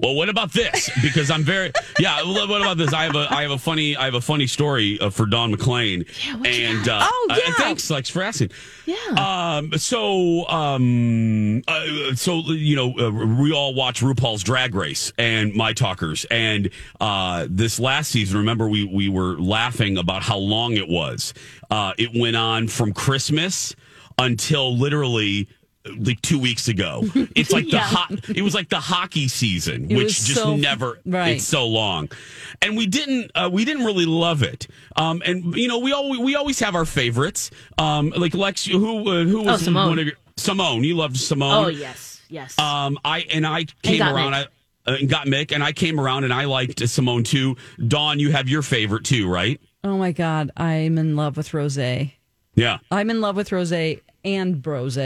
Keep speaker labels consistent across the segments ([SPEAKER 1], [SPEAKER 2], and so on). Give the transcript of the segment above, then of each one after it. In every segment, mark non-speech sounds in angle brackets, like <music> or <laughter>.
[SPEAKER 1] Well, what about this? Because I'm very yeah. What what about this? I have a I have a funny I have a funny story uh, for Don McLean. Yeah, and uh,
[SPEAKER 2] Oh,
[SPEAKER 1] uh,
[SPEAKER 2] yeah.
[SPEAKER 1] thanks, Lex, for asking.
[SPEAKER 2] Yeah.
[SPEAKER 1] Um. So um. Uh, so you know uh, we all watch RuPaul's Drag Race and My Talkers and uh this last season. Remember we we were laughing about how long it was. Uh, it went on from Christmas until literally like two weeks ago.
[SPEAKER 2] <laughs>
[SPEAKER 1] It's like the
[SPEAKER 2] Yeah.
[SPEAKER 1] hot. It was like the hockey season,
[SPEAKER 2] It
[SPEAKER 1] which
[SPEAKER 2] was
[SPEAKER 1] just
[SPEAKER 2] so-
[SPEAKER 1] never.
[SPEAKER 2] right.
[SPEAKER 1] It's so long, and we didn't. Uh, we didn't really love it. Um, and you know, we all we always have our favorites. Um, like Lex, who uh, who was
[SPEAKER 2] Oh, Simone.
[SPEAKER 1] one of your Simone? You loved Simone.
[SPEAKER 2] Oh yes, yes.
[SPEAKER 1] Um, I and I came
[SPEAKER 2] got
[SPEAKER 1] around. I,
[SPEAKER 2] Mick.
[SPEAKER 1] uh, and got Mick, and I came around, and I liked Simone too. Dawn, you have your favorite too, right?
[SPEAKER 3] Oh my God, I'm in love with rose. I'm
[SPEAKER 1] Yeah,
[SPEAKER 3] in love with rose and brose,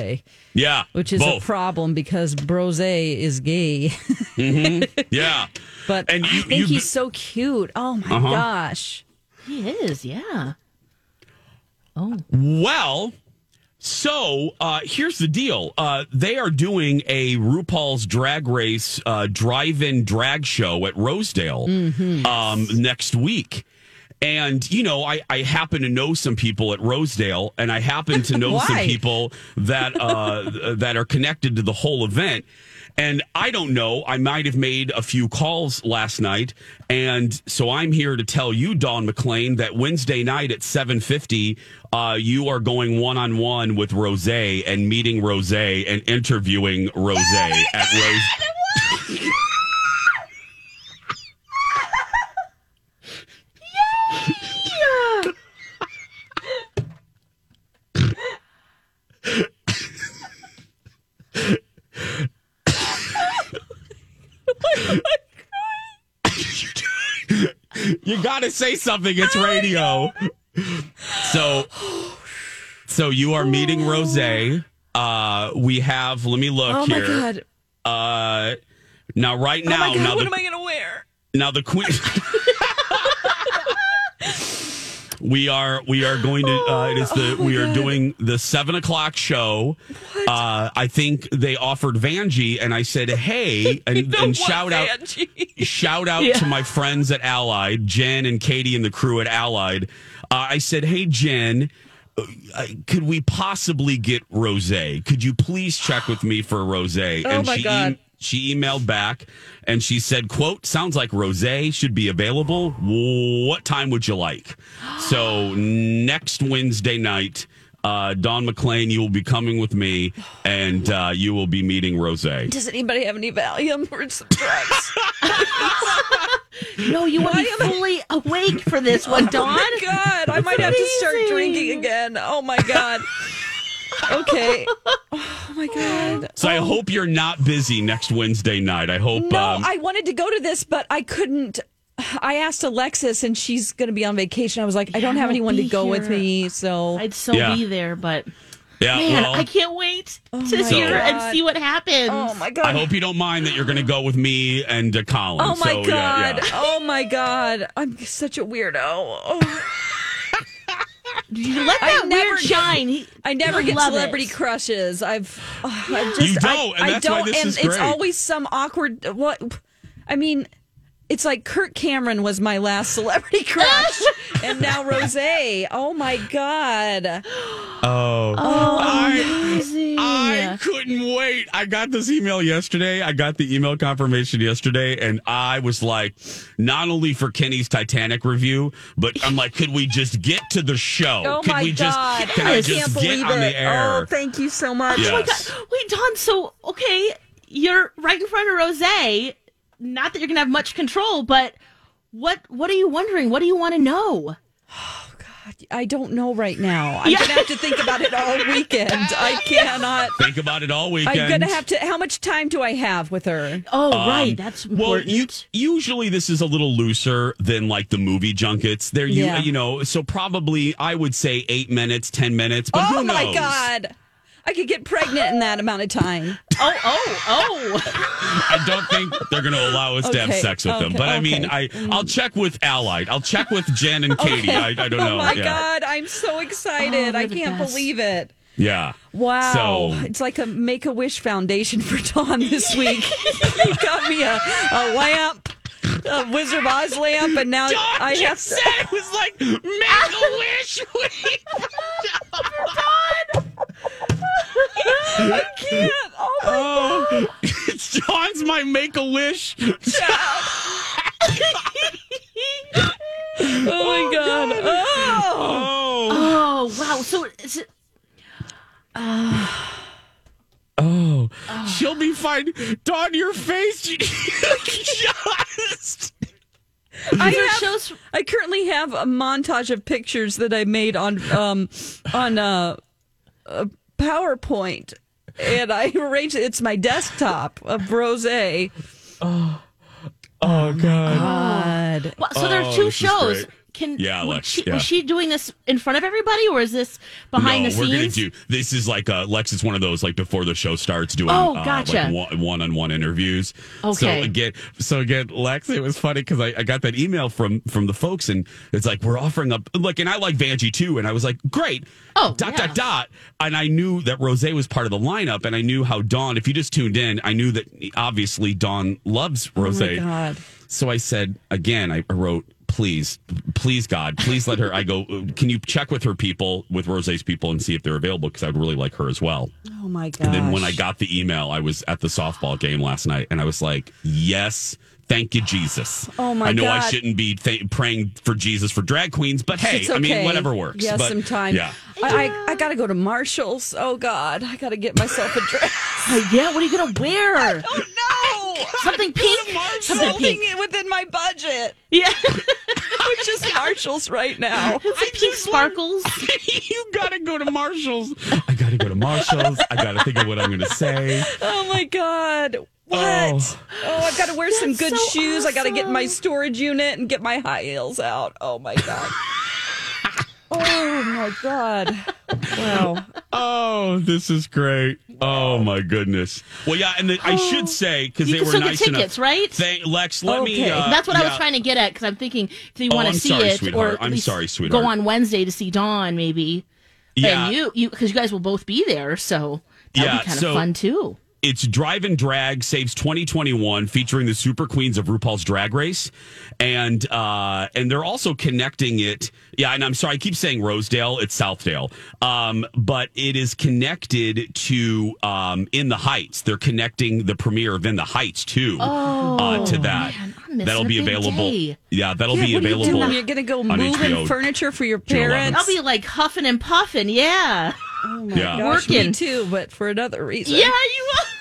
[SPEAKER 1] yeah.
[SPEAKER 3] which is
[SPEAKER 1] both.
[SPEAKER 3] a problem because brose is gay. <laughs>
[SPEAKER 2] <laughs>
[SPEAKER 1] yeah.
[SPEAKER 3] but
[SPEAKER 1] And you-
[SPEAKER 3] I think
[SPEAKER 1] you- Uh-huh.
[SPEAKER 3] he's so cute. Oh my gosh.
[SPEAKER 2] he is, yeah.
[SPEAKER 1] Well, so uh, here's the deal. Uh, they are doing a RuPaul's Drag Race uh, drive-in drag show at Rosedale um, next week. And you know, I, I happen to know some people at Rosedale, and I happen to know some
[SPEAKER 3] Why?
[SPEAKER 1] people that uh, that are connected to the whole event. And I don't know. I might have made a few calls last night, and so I'm here to tell you, Don McLean, that Wednesday night at 7:50, uh, you are going one on one with Rose and meeting Rose and interviewing Rose
[SPEAKER 3] Oh
[SPEAKER 1] at Rose. you gotta say something. It's
[SPEAKER 3] Oh
[SPEAKER 1] radio. So, so you are meeting Rose. Uh, we have. Let me look
[SPEAKER 3] Oh my
[SPEAKER 1] here.
[SPEAKER 3] God.
[SPEAKER 1] Uh, now, right
[SPEAKER 3] Oh
[SPEAKER 1] now,
[SPEAKER 3] my God,
[SPEAKER 1] now
[SPEAKER 3] what
[SPEAKER 1] the
[SPEAKER 3] am I going to wear?
[SPEAKER 1] now the queen. <laughs> We are we are going to uh, it is
[SPEAKER 3] Oh,
[SPEAKER 1] the we are doing the seven o'clock show. Uh, I think they offered Vanjie, and I said
[SPEAKER 3] <laughs>
[SPEAKER 1] hey, and, and shout out shout out to my friends at Allied, Jen and Katie and the crew at Allied. Uh, I said, "Hey, Jen, uh, could we possibly get rosé? Could you please check with me for a rosé?"
[SPEAKER 3] Oh,
[SPEAKER 1] and
[SPEAKER 3] my
[SPEAKER 1] she
[SPEAKER 3] God.
[SPEAKER 1] she emailed back and she said, "Quote: Sounds like rosé should be available. What time would you
[SPEAKER 3] <gasps>
[SPEAKER 1] like?" so next Wednesday night. Uh, Don McLean, you will be coming with me, and uh, you will be meeting Rose.
[SPEAKER 3] Does anybody have any Valium or some drugs?
[SPEAKER 2] <laughs> No, you want to be fully awake for this one, Dawn.
[SPEAKER 3] Oh my God, I might have to start
[SPEAKER 2] Amazing.
[SPEAKER 3] drinking again. Oh my God. Okay.
[SPEAKER 2] <laughs>
[SPEAKER 3] Oh my God.
[SPEAKER 1] So I hope you're not busy next Wednesday night. I hope.
[SPEAKER 3] Oh. No,
[SPEAKER 1] um,
[SPEAKER 3] I wanted to go to this, but I couldn't. I asked Alexis, and she's going to be on vacation. I was like, I don't
[SPEAKER 2] Yeah,
[SPEAKER 3] have
[SPEAKER 2] I'll
[SPEAKER 3] anyone to
[SPEAKER 2] be
[SPEAKER 3] go with
[SPEAKER 2] here.
[SPEAKER 3] me, so
[SPEAKER 2] I'd so
[SPEAKER 1] Yeah.
[SPEAKER 2] be there, but
[SPEAKER 1] yeah,
[SPEAKER 2] man,
[SPEAKER 1] well,
[SPEAKER 2] I can't wait to
[SPEAKER 3] my
[SPEAKER 2] hear and
[SPEAKER 3] God.
[SPEAKER 2] see what happens.
[SPEAKER 3] oh my
[SPEAKER 1] I
[SPEAKER 3] god,
[SPEAKER 1] hope you don't mind that you're going to go with me and uh, Colin.
[SPEAKER 3] oh my
[SPEAKER 1] so,
[SPEAKER 3] god,
[SPEAKER 1] yeah, yeah.
[SPEAKER 3] oh my god, I'm such a weirdo. Oh.
[SPEAKER 2] You Let
[SPEAKER 3] I
[SPEAKER 2] that
[SPEAKER 3] never
[SPEAKER 2] weird
[SPEAKER 3] get-
[SPEAKER 2] shine. He-
[SPEAKER 3] I never get
[SPEAKER 2] love
[SPEAKER 3] celebrity
[SPEAKER 2] it.
[SPEAKER 3] crushes. I've, oh, I've just,
[SPEAKER 1] You
[SPEAKER 3] I-
[SPEAKER 1] don't, and
[SPEAKER 3] I,
[SPEAKER 1] that's why
[SPEAKER 3] don't,
[SPEAKER 1] this
[SPEAKER 3] and
[SPEAKER 1] is
[SPEAKER 3] it's
[SPEAKER 1] great.
[SPEAKER 3] always some awkward. What? I mean, it's like Kirk Cameron was my last celebrity
[SPEAKER 2] <laughs>
[SPEAKER 3] crush, and now Rose. Oh my god.
[SPEAKER 1] Oh, I,
[SPEAKER 2] amazing.
[SPEAKER 1] I couldn't wait. I got this email yesterday. I got the email confirmation yesterday, and I was like, not only for Kenny's Titanic review, but I'm like, could we just get to the show?
[SPEAKER 3] Oh
[SPEAKER 1] could
[SPEAKER 3] my
[SPEAKER 1] we just?
[SPEAKER 3] god.
[SPEAKER 1] Can I, just
[SPEAKER 3] can't
[SPEAKER 1] get
[SPEAKER 3] believe
[SPEAKER 1] on
[SPEAKER 3] it.
[SPEAKER 1] the air?
[SPEAKER 3] Oh, thank you so much.
[SPEAKER 1] Yes.
[SPEAKER 2] Oh my God. Wait, Dawn, so, okay, you're right in front of Rose. Not that you're going to have much control, but what what are you wondering? What do you want to know?
[SPEAKER 3] I don't know right now. I'm gonna have to think about it all weekend.
[SPEAKER 1] <laughs>
[SPEAKER 3] I cannot.
[SPEAKER 1] Think about it all weekend.
[SPEAKER 3] I'm gonna have to. How much time do I have with her?
[SPEAKER 2] Oh, right. That's
[SPEAKER 1] Um, Well,
[SPEAKER 2] important.
[SPEAKER 1] you, usually this is a little looser than like the movie junkets. There, you
[SPEAKER 3] Yeah.
[SPEAKER 1] you know, so probably I would say eight minutes, ten minutes. But
[SPEAKER 3] oh
[SPEAKER 1] who knows?
[SPEAKER 3] my god, I could get pregnant in that amount of time.
[SPEAKER 2] oh, oh, oh.
[SPEAKER 1] I don't think they're going to allow us to have
[SPEAKER 3] Okay,
[SPEAKER 1] sex with them.
[SPEAKER 3] okay,
[SPEAKER 1] But I mean, I
[SPEAKER 3] okay.
[SPEAKER 1] I'll check with Allied. I'll check with Jen <laughs> and <laughs> Katie. I, I don't know.
[SPEAKER 3] <laughs> Oh my
[SPEAKER 1] yeah.
[SPEAKER 3] god, I'm so excited.
[SPEAKER 2] Oh,
[SPEAKER 3] I
[SPEAKER 2] you're the
[SPEAKER 3] can't
[SPEAKER 2] best.
[SPEAKER 3] believe it.
[SPEAKER 1] Yeah.
[SPEAKER 3] Wow.
[SPEAKER 1] So-
[SPEAKER 3] It's like a Make a Wish Foundation for Dawn this week. <laughs> you got me a, a lamp, a Wizard of Oz lamp, and now I have to.
[SPEAKER 1] it was like make a wish.
[SPEAKER 3] I can't. Oh my
[SPEAKER 1] <laughs> Oh, it's John's my make a wish.
[SPEAKER 3] Oh my god. Oh.
[SPEAKER 1] Oh.
[SPEAKER 2] <laughs> Oh, wow. So, is it,
[SPEAKER 1] Oh, she'll be fine. Don, your face. <laughs> you- Just.
[SPEAKER 3] I,
[SPEAKER 2] there
[SPEAKER 3] have-
[SPEAKER 2] shows.
[SPEAKER 3] I currently have a montage of pictures that I made on um on uh, a PowerPoint. And I <laughs> arranged it. It's my desktop of Rose.
[SPEAKER 1] Oh, God.
[SPEAKER 3] God.
[SPEAKER 2] Well, so there are
[SPEAKER 1] Oh,
[SPEAKER 2] two
[SPEAKER 1] this is
[SPEAKER 2] shows.
[SPEAKER 1] great.
[SPEAKER 2] Can
[SPEAKER 1] Yeah,
[SPEAKER 2] was
[SPEAKER 1] Lex,
[SPEAKER 2] she,
[SPEAKER 1] yeah.
[SPEAKER 2] was she doing this in front of everybody, or is this behind
[SPEAKER 1] no,
[SPEAKER 2] the
[SPEAKER 1] we're
[SPEAKER 2] scenes?
[SPEAKER 1] gonna do this. Is like uh, Lex. It's one of those like before the show starts doing
[SPEAKER 2] Oh,
[SPEAKER 1] uh,
[SPEAKER 2] gotcha.
[SPEAKER 1] like one, one-on-one interviews.
[SPEAKER 2] Okay.
[SPEAKER 1] So again, so again, Lex. It was funny because I, I got that email from from the folks, and it's like we're offering up like, and I like Vanjie too, and I was like, great.
[SPEAKER 2] Oh,
[SPEAKER 1] dot
[SPEAKER 2] yeah.
[SPEAKER 1] dot dot, and I knew that Rose was part of the lineup, and I knew how Dawn. If you just tuned in, I knew that obviously Dawn loves Rose.
[SPEAKER 3] Oh my god.
[SPEAKER 1] So I said again, I wrote, please, please, God, please let her. I go, can you check with her people, with Rose's people, and see if they're available? Because I'd really like her as well.
[SPEAKER 3] Oh my god.
[SPEAKER 1] And then when I got the email, I was at the softball game last night, and I was like, yes. Thank you, Jesus.
[SPEAKER 3] Oh, my
[SPEAKER 1] I know I
[SPEAKER 3] God.
[SPEAKER 1] shouldn't be th- praying for Jesus for drag queens, but hey,
[SPEAKER 3] It's
[SPEAKER 1] I mean,
[SPEAKER 3] okay.
[SPEAKER 1] whatever works.
[SPEAKER 3] Yeah,
[SPEAKER 1] but,
[SPEAKER 3] sometime.
[SPEAKER 1] Yeah. <laughs>
[SPEAKER 3] I, I, I gotta go to Marshall's. Oh God, I gotta get myself a dress.
[SPEAKER 2] Oh, yeah, what are you going to wear?
[SPEAKER 3] <laughs> oh <laughs> no!
[SPEAKER 2] Something pink? Something
[SPEAKER 3] Holding
[SPEAKER 2] pink.
[SPEAKER 3] it within my budget,
[SPEAKER 2] <laughs> Yeah.
[SPEAKER 3] which <laughs> is Marshall's right now.
[SPEAKER 2] Some pink sparkles.
[SPEAKER 1] you gotta go to Marshall's. I gotta go to Marshall's. I gotta think of what I'm gonna say.
[SPEAKER 3] Oh my God. What?
[SPEAKER 1] Oh.
[SPEAKER 3] Oh, I gotta wear some good
[SPEAKER 2] so
[SPEAKER 3] shoes. I gotta get in my
[SPEAKER 2] awesome.
[SPEAKER 3] storage unit and get my high heels out. Oh my
[SPEAKER 1] <laughs>
[SPEAKER 3] God. oh my God. Wow.
[SPEAKER 1] Oh, this is great. Oh my goodness. Well, yeah, and the, I should say because
[SPEAKER 2] Oh. You
[SPEAKER 1] they
[SPEAKER 2] can
[SPEAKER 1] were
[SPEAKER 2] still get
[SPEAKER 1] nice
[SPEAKER 2] tickets,
[SPEAKER 1] enough.
[SPEAKER 2] right?
[SPEAKER 1] Thank Lex. Let me.
[SPEAKER 3] Okay.
[SPEAKER 1] Uh,
[SPEAKER 2] That's what I was
[SPEAKER 1] yeah.
[SPEAKER 2] trying to get at because I'm thinking, do you
[SPEAKER 1] Oh,
[SPEAKER 2] want
[SPEAKER 1] I'm
[SPEAKER 2] to see
[SPEAKER 1] sorry,
[SPEAKER 2] it,
[SPEAKER 1] sweetheart.
[SPEAKER 2] or at
[SPEAKER 1] I'm
[SPEAKER 2] least
[SPEAKER 1] sorry, sweetheart.
[SPEAKER 2] go on Wednesday to see Dawn, maybe?
[SPEAKER 1] Yeah,
[SPEAKER 2] And you, you, because you guys will both be there, so that would
[SPEAKER 1] Yeah,
[SPEAKER 2] be kind of
[SPEAKER 1] so-
[SPEAKER 2] fun too.
[SPEAKER 1] it's Drive and Drag Saves 2021, featuring the Super Queens of RuPaul's Drag Race, and uh, and they're also connecting it. Yeah, and I'm sorry, I keep saying Rosedale. It's Southdale, um, but it is connected to um, In the Heights. They're connecting the premiere of In the Heights too
[SPEAKER 2] Oh.
[SPEAKER 1] uh, to that.
[SPEAKER 2] man, I'm missing
[SPEAKER 1] that'll
[SPEAKER 2] a
[SPEAKER 1] be
[SPEAKER 2] big
[SPEAKER 1] available.
[SPEAKER 2] day.
[SPEAKER 1] Yeah, that'll
[SPEAKER 3] Yeah,
[SPEAKER 1] be
[SPEAKER 3] what
[SPEAKER 1] available.
[SPEAKER 3] Are you doing? You're gonna go
[SPEAKER 1] on
[SPEAKER 3] moving
[SPEAKER 1] HBO.
[SPEAKER 3] furniture for your
[SPEAKER 1] June 11th.
[SPEAKER 3] parents.
[SPEAKER 2] I'll be like huffing and puffing. Yeah.
[SPEAKER 1] yeah.
[SPEAKER 3] Gosh, me
[SPEAKER 2] working.
[SPEAKER 3] too, but for another reason.
[SPEAKER 2] Yeah, you will. <laughs>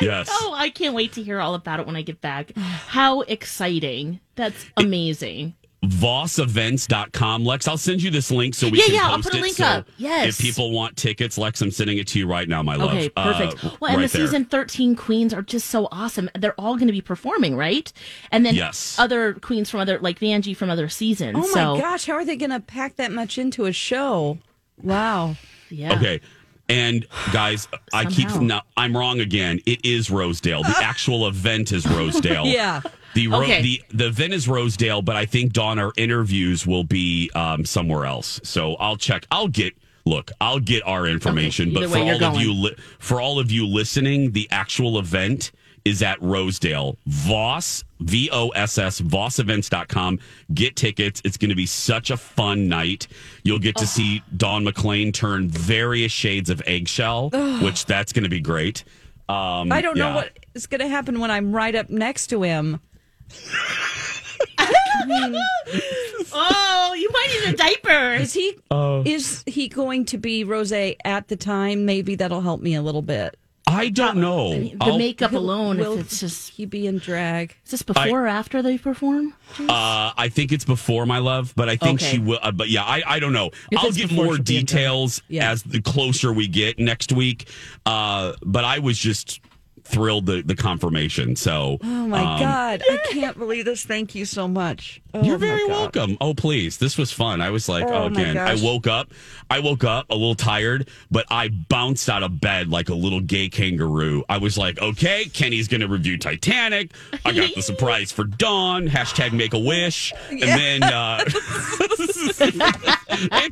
[SPEAKER 1] Yes.
[SPEAKER 2] Oh, I can't wait to hear all about it when I get back. How exciting. That's amazing.
[SPEAKER 1] VossEvents.com. Lex, I'll send you this link so we
[SPEAKER 2] Yeah,
[SPEAKER 1] can
[SPEAKER 2] yeah, I'll
[SPEAKER 1] post
[SPEAKER 2] put a
[SPEAKER 1] it.
[SPEAKER 2] link
[SPEAKER 1] so
[SPEAKER 2] up. Yes.
[SPEAKER 1] If people want tickets, Lex, I'm sending it to you right now, my love.
[SPEAKER 2] Okay,
[SPEAKER 1] Uh,
[SPEAKER 2] perfect. well, and
[SPEAKER 1] right
[SPEAKER 2] the
[SPEAKER 1] there.
[SPEAKER 2] season 13 queens are just so awesome. They're all going to be performing, right? And then
[SPEAKER 1] Yes.
[SPEAKER 2] other queens from other, like Vanjie from other seasons.
[SPEAKER 3] Oh my
[SPEAKER 2] so,
[SPEAKER 3] gosh, how are they gonna pack that much into a show? Wow.
[SPEAKER 2] Yeah.
[SPEAKER 1] Okay. And guys, I keep
[SPEAKER 2] Somehow.
[SPEAKER 1] no, I'm wrong again. It is Rosedale.
[SPEAKER 2] <laughs>
[SPEAKER 1] The actual event is Rosedale.
[SPEAKER 3] Yeah.
[SPEAKER 1] The, ro-
[SPEAKER 2] Okay.
[SPEAKER 1] the the event is Rosedale, but I think Dawn our interviews will be um, somewhere else. So I'll check. I'll get look. I'll get our information.
[SPEAKER 2] Okay,
[SPEAKER 1] but
[SPEAKER 2] either
[SPEAKER 1] for
[SPEAKER 2] way,
[SPEAKER 1] all
[SPEAKER 2] you're
[SPEAKER 1] of
[SPEAKER 2] going.
[SPEAKER 1] you li- for all of you listening, the actual event is at Rosedale. Voss V O S S VossEvents.com. Get tickets. It's going to be such a fun night. You'll get
[SPEAKER 2] Oh.
[SPEAKER 1] to see Dawn McLean turn various shades of eggshell, which that's going to be great. Um,
[SPEAKER 3] I don't
[SPEAKER 1] yeah.
[SPEAKER 3] know what is gonna happen when I'm right up next to him.
[SPEAKER 2] Oh, you might need a <laughs> diaper.
[SPEAKER 3] Is he
[SPEAKER 4] Oh.
[SPEAKER 3] is he going to be Rose at the time? Maybe that'll help me a little bit.
[SPEAKER 1] I don't know.
[SPEAKER 2] The
[SPEAKER 1] I'll-
[SPEAKER 2] makeup alone,
[SPEAKER 3] Will
[SPEAKER 2] if it's just
[SPEAKER 3] he be in drag?
[SPEAKER 2] Is this before or after they perform?
[SPEAKER 1] Uh, I think it's before my love, but I think
[SPEAKER 2] Okay.
[SPEAKER 1] she will. Uh, but yeah, I, I don't know.
[SPEAKER 2] If
[SPEAKER 1] I'll
[SPEAKER 2] it's
[SPEAKER 1] give
[SPEAKER 2] before,
[SPEAKER 1] more
[SPEAKER 2] she'll be in trouble.
[SPEAKER 1] details
[SPEAKER 2] Yeah.
[SPEAKER 1] as the closer we get next week. Uh, but I was just thrilled the, the confirmation. So
[SPEAKER 3] Oh
[SPEAKER 4] Um,
[SPEAKER 3] my god, I can't believe this. Thank you so much. Oh
[SPEAKER 1] you're
[SPEAKER 3] my
[SPEAKER 1] very
[SPEAKER 3] God.
[SPEAKER 1] welcome. Oh please, this was fun. I was like, oh,
[SPEAKER 3] Oh, my
[SPEAKER 1] again, I
[SPEAKER 3] gosh.
[SPEAKER 1] woke up, I woke up a little tired, but I bounced out of bed like a little gay kangaroo. I was like, okay, Kenny's gonna review Titanic. I got the surprise for Dawn. Hashtag Make a Wish, and then. Uh, <laughs> it's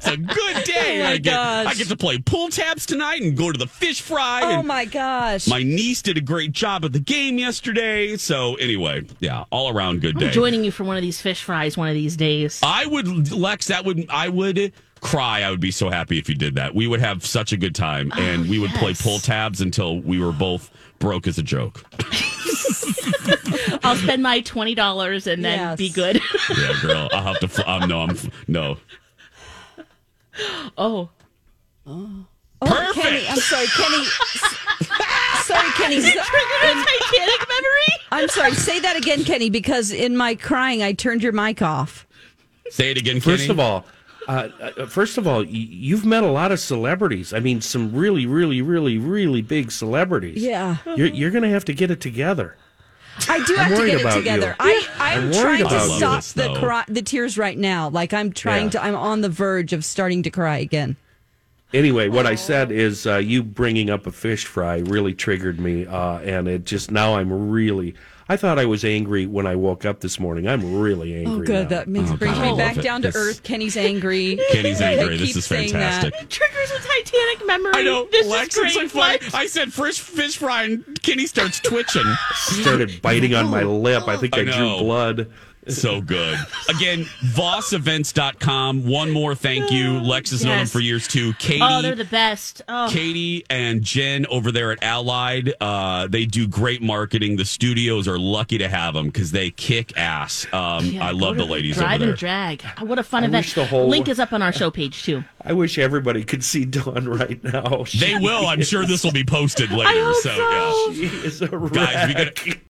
[SPEAKER 1] a good day.
[SPEAKER 3] Oh my
[SPEAKER 1] I get
[SPEAKER 3] gosh.
[SPEAKER 1] I get to play pool tabs tonight and go to the fish fry.
[SPEAKER 3] Oh
[SPEAKER 1] and
[SPEAKER 3] my gosh.
[SPEAKER 1] my niece did a great job at the game yesterday. So anyway, yeah, all around good day.
[SPEAKER 5] I'm joining you for one of these fish fries one of these days.
[SPEAKER 1] I would Lex, that would I would cry. I would be so happy if you did that. We would have such a good time
[SPEAKER 2] Oh,
[SPEAKER 1] and we would play pull tabs until we were both broke as a joke.
[SPEAKER 5] I'll spend my twenty dollars and then
[SPEAKER 3] Yes.
[SPEAKER 5] be
[SPEAKER 2] <laughs>
[SPEAKER 5] good.
[SPEAKER 1] Yeah, girl. I'll have to fl- um, no, I'm f- no.
[SPEAKER 5] oh,
[SPEAKER 3] oh, Kenny, I'm sorry,
[SPEAKER 4] <laughs>
[SPEAKER 3] Kenny. S- sorry, Kenny. so-
[SPEAKER 5] Titanic memory.
[SPEAKER 3] I'm sorry. Say that again, Kenny, because in my crying, I turned your mic off.
[SPEAKER 1] Say it again,
[SPEAKER 4] First
[SPEAKER 1] Kenny.
[SPEAKER 4] of all, uh, uh, first of all, y- you've met a lot of celebrities. I mean, some really, really, really, really big celebrities.
[SPEAKER 3] Yeah.
[SPEAKER 4] You're, you're going to have to get it together.
[SPEAKER 3] I do have to
[SPEAKER 4] worried
[SPEAKER 3] get it
[SPEAKER 4] about
[SPEAKER 3] together.
[SPEAKER 4] you.
[SPEAKER 3] I, I'm,
[SPEAKER 4] I'm worried
[SPEAKER 3] trying to
[SPEAKER 4] about you.
[SPEAKER 3] stop
[SPEAKER 1] This,
[SPEAKER 3] the
[SPEAKER 1] though.
[SPEAKER 3] cry, the tears right now. Like I'm trying
[SPEAKER 4] Yeah.
[SPEAKER 3] to. I'm on the verge of starting to cry again.
[SPEAKER 4] Anyway, what I said is uh, you bringing up a fish fry really triggered me, uh, and it just now I'm really. I thought I was angry when I woke up this morning. I'm really
[SPEAKER 3] Oh,
[SPEAKER 4] angry.
[SPEAKER 3] good.
[SPEAKER 4] now.
[SPEAKER 3] That means
[SPEAKER 1] Oh,
[SPEAKER 3] brings
[SPEAKER 1] God, I
[SPEAKER 3] me
[SPEAKER 1] love
[SPEAKER 3] back
[SPEAKER 1] it.
[SPEAKER 3] down to
[SPEAKER 1] This-
[SPEAKER 3] earth. Kenny's angry.
[SPEAKER 1] Kenny's
[SPEAKER 3] I
[SPEAKER 1] angry. This
[SPEAKER 3] keep
[SPEAKER 1] is
[SPEAKER 3] saying that.
[SPEAKER 1] fantastic.
[SPEAKER 2] Triggers a Titanic memory.
[SPEAKER 1] I know.
[SPEAKER 2] This
[SPEAKER 1] Lex, it's
[SPEAKER 2] is great.
[SPEAKER 1] like funny.
[SPEAKER 2] Lex.
[SPEAKER 1] I said first fish fry, and Kenny starts twitching.
[SPEAKER 3] <laughs>
[SPEAKER 4] started biting on my lip. I think
[SPEAKER 1] I
[SPEAKER 4] I,
[SPEAKER 1] know.
[SPEAKER 4] drew blood.
[SPEAKER 1] so good. Again, VossEvents.com. One more thank you. Lex has known them
[SPEAKER 5] Yes.
[SPEAKER 1] for years too. Katie.
[SPEAKER 5] Oh, they're the best. Oh,
[SPEAKER 1] <laughs> Katie and Jen over there at Allied, uh, they do great marketing. The studios are lucky to have them because they kick ass. Um,
[SPEAKER 5] yeah,
[SPEAKER 1] I
[SPEAKER 5] go
[SPEAKER 1] love
[SPEAKER 5] to
[SPEAKER 1] the ladies over
[SPEAKER 5] Drive
[SPEAKER 1] there.
[SPEAKER 5] and drag. Oh, What a fun
[SPEAKER 4] I
[SPEAKER 5] event.
[SPEAKER 4] wish the whole-
[SPEAKER 5] Link is up on our show page too.
[SPEAKER 4] I wish everybody could see Dawn <laughs> right now.
[SPEAKER 5] <laughs>
[SPEAKER 1] they will. I'm sure this will be posted later.
[SPEAKER 2] hope
[SPEAKER 1] so,
[SPEAKER 2] so.
[SPEAKER 1] yeah.
[SPEAKER 4] She is a
[SPEAKER 1] Guys,
[SPEAKER 4] wreck.
[SPEAKER 1] we gotta,